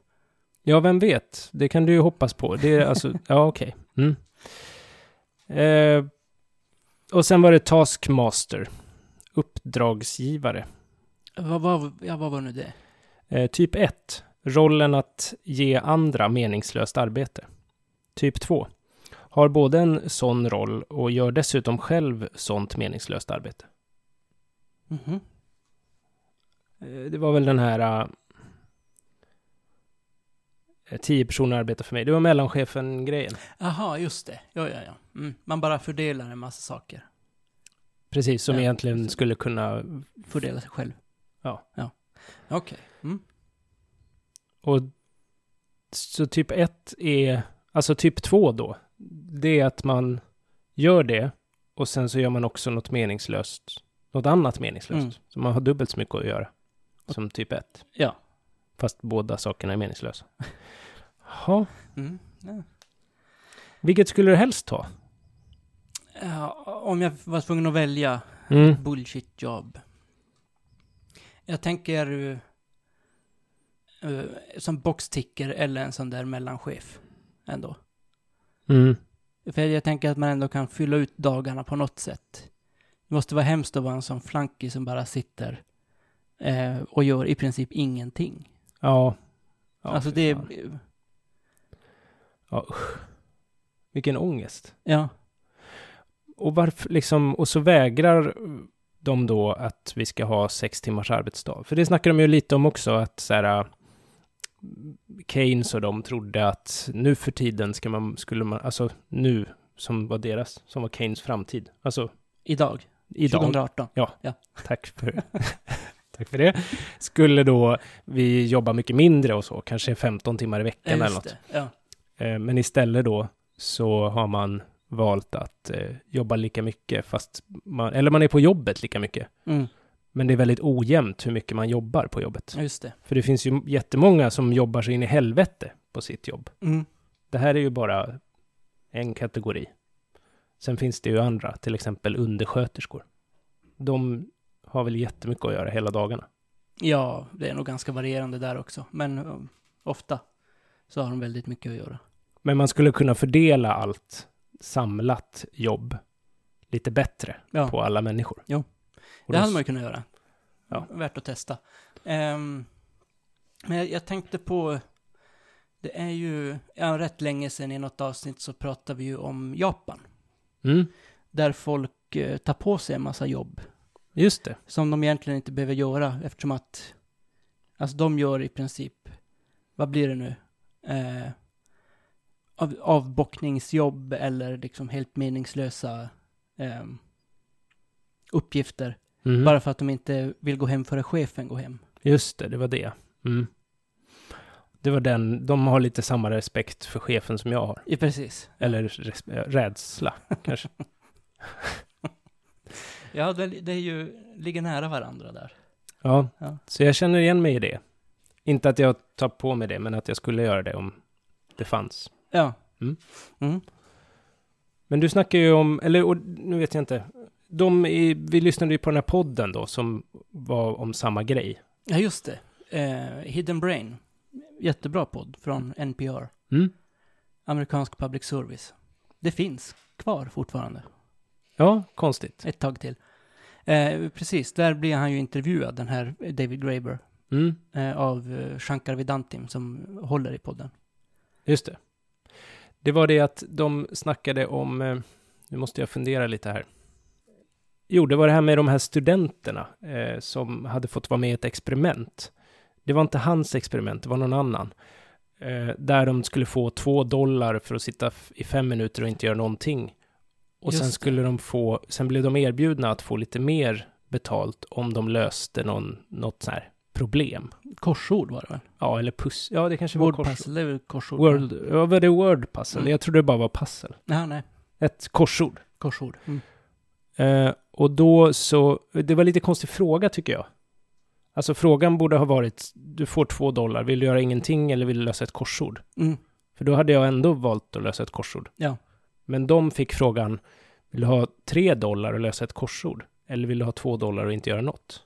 Speaker 2: Ja. ja, vem vet? Det kan du ju hoppas på. Det är alltså, ja okej. Mm. Eh, och sen var det Taskmaster, uppdragsgivare.
Speaker 1: Vad var, ja, vad var nu det?
Speaker 2: Eh, typ 1. Rollen att ge andra meningslöst arbete. Typ 2. Har både en sån roll och gör dessutom själv sånt meningslöst arbete.
Speaker 1: Mhm.
Speaker 2: Eh, det var väl den här... Eh, 10 personer arbetar för mig. Det var mellanchefen-grejen.
Speaker 1: Aha, just det. Ja, ja, ja. Mm. Man bara fördelar en massa saker.
Speaker 2: Precis, som
Speaker 1: Ja,
Speaker 2: egentligen
Speaker 1: precis.
Speaker 2: skulle kunna...
Speaker 1: Fördelar sig själv.
Speaker 2: Ja.
Speaker 1: ja. Okej. Mm.
Speaker 2: Och så typ 1 är... Alltså typ 2 då. Det är att man gör det och sen så gör man också något meningslöst. Något annat meningslöst.
Speaker 1: Mm.
Speaker 2: Så man har dubbelt så mycket att göra. Som typ 1.
Speaker 1: Ja.
Speaker 2: Fast båda sakerna är meningslösa. Jaha.
Speaker 1: Mm. Ja.
Speaker 2: Vilket skulle du helst ta?
Speaker 1: Ja, Eh, om jag var tvungen att välja
Speaker 2: Mm.
Speaker 1: bullshit jobb. Jag tänker eh, eh, som boxticker eller en sån där mellanchef ändå.
Speaker 2: Mm.
Speaker 1: För jag tänker att man ändå kan fylla ut dagarna på något sätt. Det måste vara hemskt att vara en sån flankis som bara sitter eh, och gör i princip ingenting.
Speaker 2: Ja. ja
Speaker 1: alltså
Speaker 2: fy
Speaker 1: det
Speaker 2: fan.
Speaker 1: är...
Speaker 2: Ja, usch. Vilken ångest.
Speaker 1: Ja.
Speaker 2: Och, varför, liksom, och så vägrar de då att vi ska ha sex timmars arbetsdag. För det snackar de ju lite om också, att så här, äh, Keynes och de trodde att nu för tiden ska man, skulle man, alltså nu, som var deras, som var Keynes framtid. Alltså
Speaker 1: Idag.
Speaker 2: idag,
Speaker 1: 2018.
Speaker 2: tack för, tack för det, skulle då vi jobba mycket mindre och så, kanske 15 timmar i
Speaker 1: Ja,
Speaker 2: veckan eller
Speaker 1: just
Speaker 2: något.
Speaker 1: det. Ja.
Speaker 2: Eh, Men istället då så har man valt att eh, jobba lika mycket, fast man, eller man är på jobbet lika mycket.
Speaker 1: Mm.
Speaker 2: Men det är väldigt ojämnt hur mycket man jobbar på jobbet.
Speaker 1: ja, just det.
Speaker 2: För det finns ju jättemånga som jobbar sig in i helvete på sitt jobb.
Speaker 1: Mm.
Speaker 2: Det här är ju bara en kategori. Sen finns det ju andra, till exempel undersköterskor. De har väl jättemycket att göra hela dagarna.
Speaker 1: Ja, det är nog ganska varierande där också. Men um, ofta så har de väldigt mycket att göra.
Speaker 2: Men man skulle kunna fördela allt samlat jobb lite bättre
Speaker 1: Ja,
Speaker 2: på alla människor.
Speaker 1: Jo.
Speaker 2: Och
Speaker 1: det
Speaker 2: då
Speaker 1: hade man ju kunnat göra.
Speaker 2: Ja.
Speaker 1: Värt att testa. Ehm, men jag, jag tänkte på, det är ju, ja, rätt länge sedan i något avsnitt så pratade vi ju om Japan.
Speaker 2: Mm,
Speaker 1: Där folk eh, tar på sig en massa jobb
Speaker 2: just det.
Speaker 1: som de egentligen inte behöver göra eftersom att, alltså de gör i princip, vad blir det nu? Eh, av, avbockningsjobb eller liksom helt meningslösa ehm, uppgifter.
Speaker 2: Mm,
Speaker 1: Bara för att de inte vill gå hem före chefen går hem.
Speaker 2: Just det, det var det. Mm. Det var den, de har lite samma respekt för chefen som jag har.
Speaker 1: Ja, precis.
Speaker 2: Eller res- eh, rädsla, kanske.
Speaker 1: Ja, det, det är ju, ligger nära varandra där.
Speaker 2: Ja,
Speaker 1: Ja.
Speaker 2: så jag känner igen mig i det. Inte att jag tar på mig det, men att jag skulle göra det om det fanns.
Speaker 1: Ja.
Speaker 2: Mm.
Speaker 1: Mm.
Speaker 2: Men du snackar ju om, eller och, nu vet jag inte. De i, vi lyssnade ju på den här podden då, som var om samma grej.
Speaker 1: Ja, just det. Eh, Hidden Brain. Jättebra podd från NPR.
Speaker 2: Mm.
Speaker 1: Amerikansk public service. Det finns kvar fortfarande.
Speaker 2: Ja, konstigt.
Speaker 1: Ett tag till. Eh, precis, där blir han ju intervjuad, den här David Graeber,
Speaker 2: Mm,
Speaker 1: eh, av eh, Shankar Vedantim som håller i podden.
Speaker 2: just det. Det var det att de snackade om, eh, nu måste jag fundera lite här. Jo, det var det här med de här studenterna eh, som hade fått vara med i ett experiment. Det var inte hans experiment, det var någon annan. Eh, där de skulle få två dollar för att sitta f- i fem minuter och inte göra någonting. Och
Speaker 1: Just
Speaker 2: sen
Speaker 1: det.
Speaker 2: skulle de få, sen blev de erbjudna att få lite mer betalt om de löste någon, något så här problem.
Speaker 1: Korsord var det väl?
Speaker 2: Ja, eller puss. Ja, det kanske var
Speaker 1: Word
Speaker 2: korsord.
Speaker 1: puzzle, det är väl korsord?
Speaker 2: World, ja, var det word puzzle?
Speaker 1: Mm.
Speaker 2: Jag trodde det bara var pussel.
Speaker 1: Nej, nej,
Speaker 2: Ett korsord.
Speaker 1: korsord. Mm.
Speaker 2: Eh, och då så, det var lite konstig fråga tycker jag. Alltså frågan borde ha varit, du får två dollar, vill du göra ingenting eller vill du lösa ett korsord?
Speaker 1: Mm.
Speaker 2: För då hade jag ändå valt att lösa ett korsord.
Speaker 1: Ja.
Speaker 2: Men de fick frågan, vill du ha tre dollar och lösa ett korsord? Eller vill du ha två dollar och inte göra något?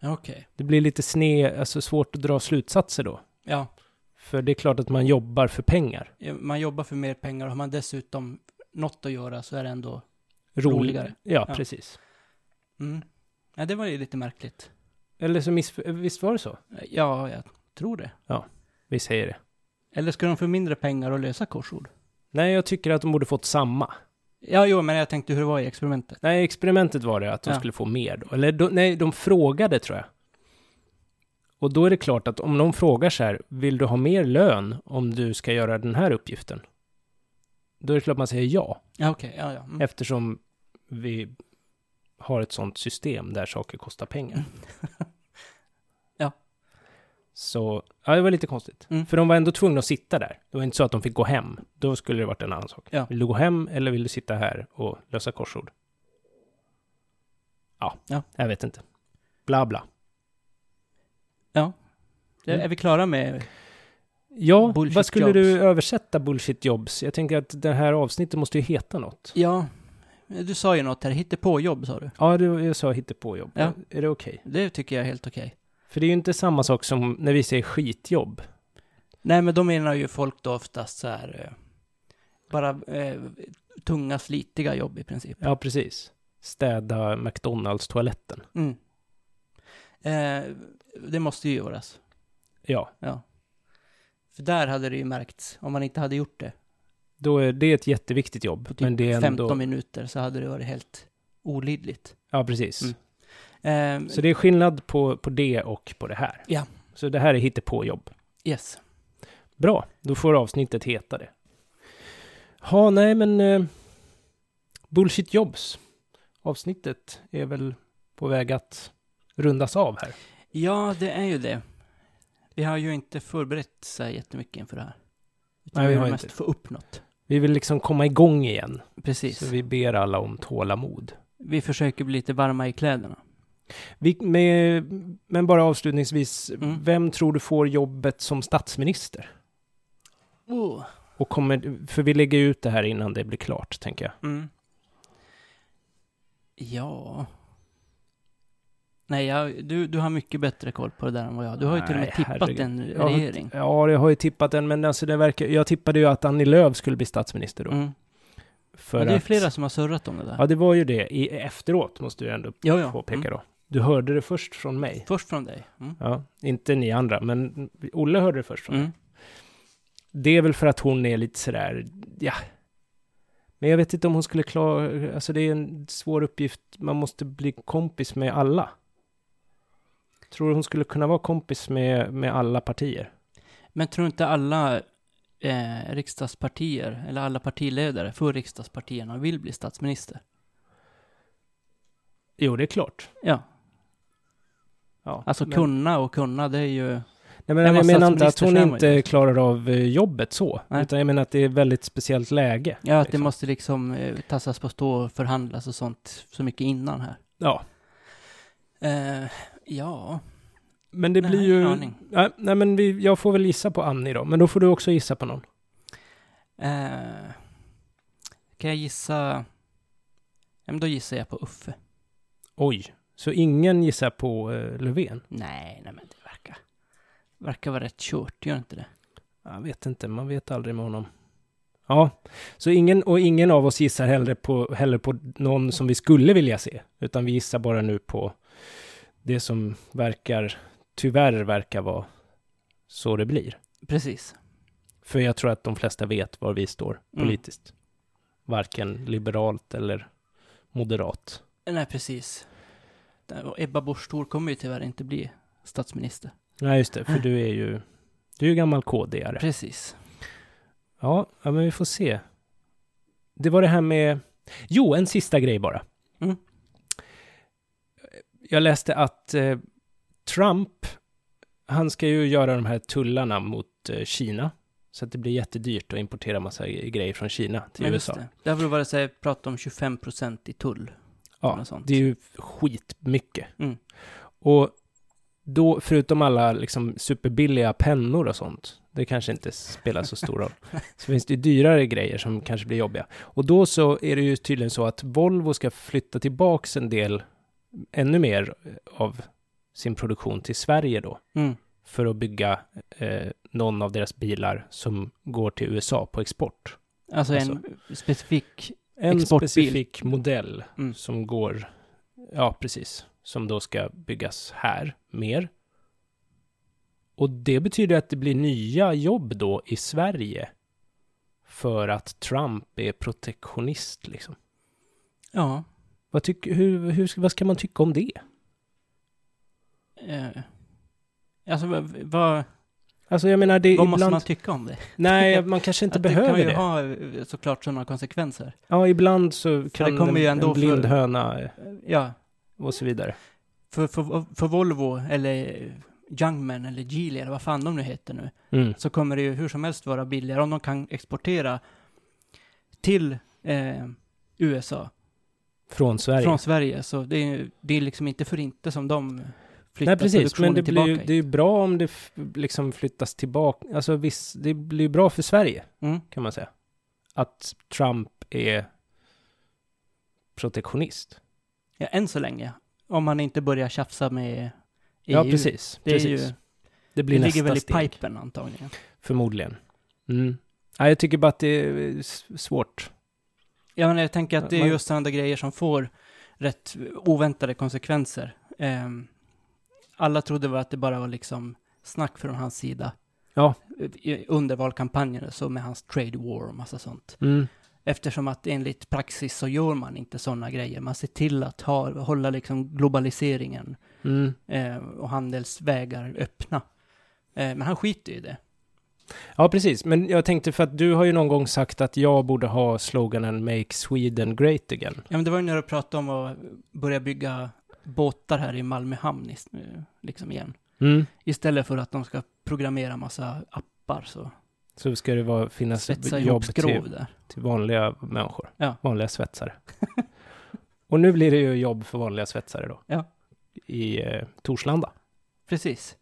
Speaker 1: Ja, Okej,
Speaker 2: Det blir lite sne, alltså svårt att dra slutsatser då.
Speaker 1: ja.
Speaker 2: För det är klart att man jobbar för pengar.
Speaker 1: Ja, Man jobbar för mer pengar och har man dessutom något att göra så är det ändå...
Speaker 2: Rolig-
Speaker 1: Roligare.
Speaker 2: ja.
Speaker 1: Ja.
Speaker 2: precis.
Speaker 1: Mm. Ja, det var ju lite märkligt.
Speaker 2: Eller så miss... Visst var det så?
Speaker 1: Ja, jag tror det.
Speaker 2: Vi säger det.
Speaker 1: Eller ska de få mindre pengar och lösa korsord?
Speaker 2: Nej, jag tycker att de borde fått samma.
Speaker 1: Ja, jo, men jag tänkte hur det var i experimentet.
Speaker 2: Nej, experimentet var det att de
Speaker 1: Ja.
Speaker 2: skulle få mer då. Eller de, nej, de frågade tror jag. Och då är det klart att om någon frågar så här, vill du ha mer lön om du ska göra den här uppgiften? Då är det klart man säger ja,
Speaker 1: Ja, okej, ja, ja. Mm.
Speaker 2: eftersom vi har ett sånt system där saker kostar pengar. Mm.
Speaker 1: Ja.
Speaker 2: Så, ja, det var lite konstigt.
Speaker 1: Mm.
Speaker 2: För de var ändå tvungna att sitta där. Det var inte så att de fick gå hem. Då skulle det varit en annan sak.
Speaker 1: Ja.
Speaker 2: Vill du gå hem eller vill du sitta här och lösa korsord? Ja,
Speaker 1: Ja.
Speaker 2: jag vet inte. Bla, bla.
Speaker 1: Det- Är vi klara med...
Speaker 2: Ja,
Speaker 1: Bullshit
Speaker 2: vad skulle
Speaker 1: jobs.
Speaker 2: du översätta bullshit jobs? Jag tänker att det här avsnittet måste ju heta något.
Speaker 1: Ja, du sa ju något här. Hittepåjobb sa du.
Speaker 2: Ja, du, jag sa hittepåjobb.
Speaker 1: Ja.
Speaker 2: Är det okej?
Speaker 1: Det tycker jag är helt okej.
Speaker 2: För det är ju inte samma sak som när vi säger skitjobb.
Speaker 1: Nej, men då menar ju folk då oftast så här... eh, Bara eh, tunga, slitiga jobb i princip.
Speaker 2: Ja, precis. Städa McDonalds-toaletten.
Speaker 1: Mm. Eh, det måste ju göras.
Speaker 2: Ja,
Speaker 1: Ja. För där hade det ju märkts, om man inte hade gjort det.
Speaker 2: då är det är ett jätteviktigt jobb.
Speaker 1: På typ
Speaker 2: men det är ändå...
Speaker 1: 15 minuter så hade det varit helt olidligt.
Speaker 2: Ja, precis.
Speaker 1: Mm. Eh,
Speaker 2: Så det är skillnad på, på det och på det här.
Speaker 1: Ja.
Speaker 2: Så det här är hittepåjobb.
Speaker 1: yes.
Speaker 2: Bra, då får avsnittet heta det. Ja, nej men... Eh, bullshit jobs. Avsnittet är väl på väg att rundas av här.
Speaker 1: Ja, det är ju det. Vi har ju inte förberett så här jättemycket inför det här. Utan
Speaker 2: Nej, vi
Speaker 1: vi
Speaker 2: har
Speaker 1: har
Speaker 2: inte.
Speaker 1: mest få upp något.
Speaker 2: Vi vill liksom komma igång igen.
Speaker 1: Precis.
Speaker 2: Så
Speaker 1: Vi...
Speaker 2: vi ber alla om tålamod.
Speaker 1: försöker bli lite varma i kläderna.
Speaker 2: Vi, med, men bara avslutningsvis,
Speaker 1: Mm.
Speaker 2: vem tror du får jobbet som statsminister?
Speaker 1: Oh.
Speaker 2: Och kommer, för vi lägger ut det här innan det blir klart, tänker jag.
Speaker 1: Mm. Ja. Nej, jag, du, du har mycket bättre koll på det där än vad jag har. Du har ju till och med
Speaker 2: Nej,
Speaker 1: tippat
Speaker 2: herregud.
Speaker 1: en
Speaker 2: Jag har-
Speaker 1: regering.
Speaker 2: Ja, jag har ju tippat den, men alltså det verkar, jag tippade ju att Annie Lööf skulle bli statsminister då.
Speaker 1: Mm.
Speaker 2: För
Speaker 1: Men det är
Speaker 2: att-
Speaker 1: flera som har surrat om det där.
Speaker 2: Ja, det var ju det. I, efteråt måste du ändå
Speaker 1: ja, ja.
Speaker 2: påpeka
Speaker 1: Mm.
Speaker 2: då. Du hörde det först från mig.
Speaker 1: Först från dig. Mm.
Speaker 2: Ja, inte ni andra, men Olle hörde det först från
Speaker 1: Mm.
Speaker 2: mig. Det är väl för att hon är lite sådär, ja. Men jag vet inte om hon skulle klara, alltså det är en svår uppgift, man måste bli kompis med alla. Tror du hon skulle kunna vara kompis med, med alla partier?
Speaker 1: Men tror inte alla eh, riksdagspartier, eller alla partiledare för riksdagspartierna vill bli statsminister?
Speaker 2: Jo, det är klart.
Speaker 1: Ja,
Speaker 2: Ja,
Speaker 1: alltså
Speaker 2: men-
Speaker 1: kunna och kunna, det är ju...
Speaker 2: Nej, men
Speaker 1: Nej,
Speaker 2: jag
Speaker 1: men
Speaker 2: menar inte att
Speaker 1: statsminister
Speaker 2: hon
Speaker 1: så är man ju
Speaker 2: inte
Speaker 1: liksom.
Speaker 2: klarar av eh, jobbet så,
Speaker 1: Nej.
Speaker 2: utan jag menar att det är ett väldigt speciellt läge.
Speaker 1: Ja, att det
Speaker 2: Liksom.
Speaker 1: måste liksom eh, tassas på stå och förhandlas och sånt så mycket innan här.
Speaker 2: Ja,
Speaker 1: Eh, ja,
Speaker 2: men det
Speaker 1: Nej,
Speaker 2: blir
Speaker 1: ingen
Speaker 2: ju...
Speaker 1: aning.
Speaker 2: Nej, nej, men vi, jag får väl gissa på Annie då, men då får du också gissa på någon.
Speaker 1: eh, kan jag gissa... Ja, men då gissar jag på Uffe.
Speaker 2: Oj, så ingen gissar på eh, Löfven?
Speaker 1: Nej, nej men det verkar... Verkar vara rätt kört, gör inte det?
Speaker 2: Jag vet inte, man vet aldrig med honom. Ja, så ingen, och ingen av oss gissar heller på, heller på någon som vi skulle vilja se, utan vi gissar bara nu på det som verkar, tyvärr verkar vara så det blir.
Speaker 1: Precis.
Speaker 2: För jag tror att de flesta vet var vi står
Speaker 1: Mm.
Speaker 2: politiskt. Varken liberalt eller moderat.
Speaker 1: Nej, precis. Och Ebba Busch Thor kommer ju tyvärr inte bli statsminister.
Speaker 2: Nej, just det, för du är ju, du är ju gammal KD-are.
Speaker 1: Precis.
Speaker 2: Ja, ja, men vi får se. Det var det här med... Jo, en sista grej bara.
Speaker 1: Mm.
Speaker 2: Jag läste att eh, Trump, han ska ju göra de här tullarna mot eh, Kina. Så att det blir jättedyrt att importera massa grejer från Kina till
Speaker 1: Ja, just
Speaker 2: USA.
Speaker 1: det. Det har väl varit så här, prat om 25 procent i tull.
Speaker 2: Ja,
Speaker 1: något sånt.
Speaker 2: det är ju skitmycket.
Speaker 1: Mm.
Speaker 2: Och då, förutom alla liksom superbilliga pennor och sånt, det kanske inte spelar så stor roll, så finns det ju dyrare grejer som kanske blir jobbiga. Och då så är det ju tydligen så att Volvo ska flytta tillbaks en del, ännu mer av sin produktion till Sverige då,
Speaker 1: Mm.
Speaker 2: för att bygga eh, någon av deras bilar som går till USA på export.
Speaker 1: Alltså, en specifik...
Speaker 2: En
Speaker 1: Exportbil.
Speaker 2: specifik modell
Speaker 1: Mm.
Speaker 2: som går, ja precis, som då ska byggas här mer. Och det betyder att det blir nya jobb då i Sverige för att Trump är protektionist liksom.
Speaker 1: Ja.
Speaker 2: Vad, tyck, hur, hur, ska- vad ska man tycka om det?
Speaker 1: Eh, alltså, vad, vad,
Speaker 2: Alltså jag menar, det är
Speaker 1: vad
Speaker 2: ibland...
Speaker 1: måste man tycka om det?
Speaker 2: Nej, man kanske inte
Speaker 1: Att
Speaker 2: behöver
Speaker 1: det kan ju
Speaker 2: det.
Speaker 1: ha eh, såklart sådana konsekvenser.
Speaker 2: Ja, ibland så kan
Speaker 1: kommer
Speaker 2: en,
Speaker 1: ju ändå
Speaker 2: en blind
Speaker 1: för-
Speaker 2: höna eh,
Speaker 1: Ja,
Speaker 2: och så vidare.
Speaker 1: för, för, för Volvo eller Youngman eller Geely eller vad fan de nu heter nu,
Speaker 2: Mm.
Speaker 1: så kommer det ju hur som helst vara billigare om de kan exportera till eh, USA
Speaker 2: Från Sverige.
Speaker 1: från Sverige. Så det är, ju- det är liksom inte för inte som de flyttar
Speaker 2: Nej, precis.
Speaker 1: produktionen
Speaker 2: Men det, blir
Speaker 1: tillbaka
Speaker 2: ju,
Speaker 1: hit.
Speaker 2: det är ju bra om det f- liksom flyttas tillbaka. Alltså visst, det blir ju bra för Sverige,
Speaker 1: Mm,
Speaker 2: kan man säga. Att Trump är protektionist.
Speaker 1: ja, än så länge. Om man inte börjar tjafsa med EU.
Speaker 2: Ja, precis.
Speaker 1: Det, är
Speaker 2: precis.
Speaker 1: ju,
Speaker 2: det
Speaker 1: det
Speaker 2: blir
Speaker 1: ligger
Speaker 2: nästa
Speaker 1: väl i
Speaker 2: steg,
Speaker 1: pipen antagligen.
Speaker 2: förmodligen. Mm. Ja, jag tycker bara att det är s- svårt.
Speaker 1: Ja, men jag tänker att det är
Speaker 2: Man-
Speaker 1: just sådana grejer som får rätt oväntade konsekvenser. Ehm, alla trodde väl att det bara var liksom snack från hans sida. eh,
Speaker 2: Ja.
Speaker 1: I- Under valkampanjen och så med hans trade war och massa sånt.
Speaker 2: Mm.
Speaker 1: Eftersom att enligt praxis så gör man inte sådana grejer. Man ser till att ha, hålla liksom globaliseringen
Speaker 2: Mm.
Speaker 1: eh, och handelsvägar öppna. Eh, men han skiter ju i det.
Speaker 2: Ja, precis. Men jag tänkte för att du har ju någon gång sagt att jag borde ha sloganen Make Sweden Great Again.
Speaker 1: Ja, men det var ju när du pratade om att börja bygga båtar här i Malmö hamn is- eh, liksom igen.
Speaker 2: Mm.
Speaker 1: Istället för att de ska programmera massa appar så
Speaker 2: Så ska det vara, finnas
Speaker 1: svetsa
Speaker 2: jobb
Speaker 1: ihop
Speaker 2: till,
Speaker 1: skrov där.
Speaker 2: till vanliga människor.
Speaker 1: Ja.
Speaker 2: Vanliga svetsare. och nu blir det ju jobb för vanliga svetsare då.
Speaker 1: Ja.
Speaker 2: I eh, Torslanda.
Speaker 1: Precis.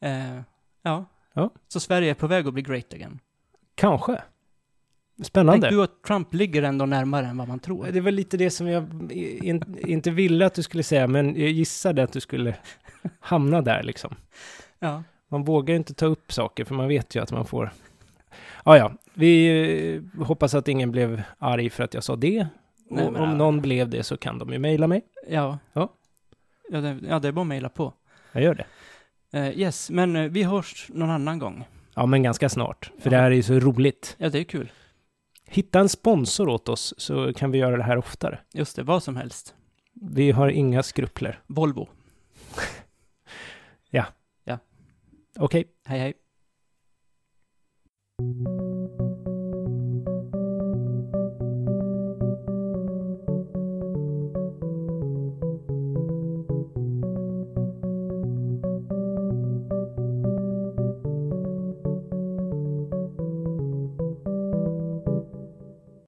Speaker 1: Eh, ja.
Speaker 2: Ja.
Speaker 1: Så Sverige är på väg att bli great again.
Speaker 2: Kanske.
Speaker 1: Tänk
Speaker 2: Spännande.
Speaker 1: du att Trump ligger ändå närmare än vad man tror.
Speaker 2: Det var lite det som jag in, inte ville att du skulle säga, men jag gissade att du skulle hamna där liksom.
Speaker 1: Ja.
Speaker 2: Man vågar ju inte ta upp saker, för man vet ju att man får... Ja, ja. Vi eh, hoppas att ingen blev arg för att jag sa det.
Speaker 1: Nej,
Speaker 2: och
Speaker 1: men-
Speaker 2: om någon blev det så kan de ju mejla mig.
Speaker 1: Ja.
Speaker 2: Ja.
Speaker 1: Ja, det, ja, det är bara att mejla på.
Speaker 2: Jag gör det.
Speaker 1: Eh, yes, men eh, vi hörs någon annan gång.
Speaker 2: Ja, men ganska snart. För
Speaker 1: Ja.
Speaker 2: det här är ju så roligt.
Speaker 1: Ja, det är kul.
Speaker 2: Hitta en sponsor åt oss så kan vi göra det här oftare.
Speaker 1: Just det, vad som helst.
Speaker 2: Vi har inga skrupler.
Speaker 1: Volvo.
Speaker 2: Okej.
Speaker 1: Hej, hej.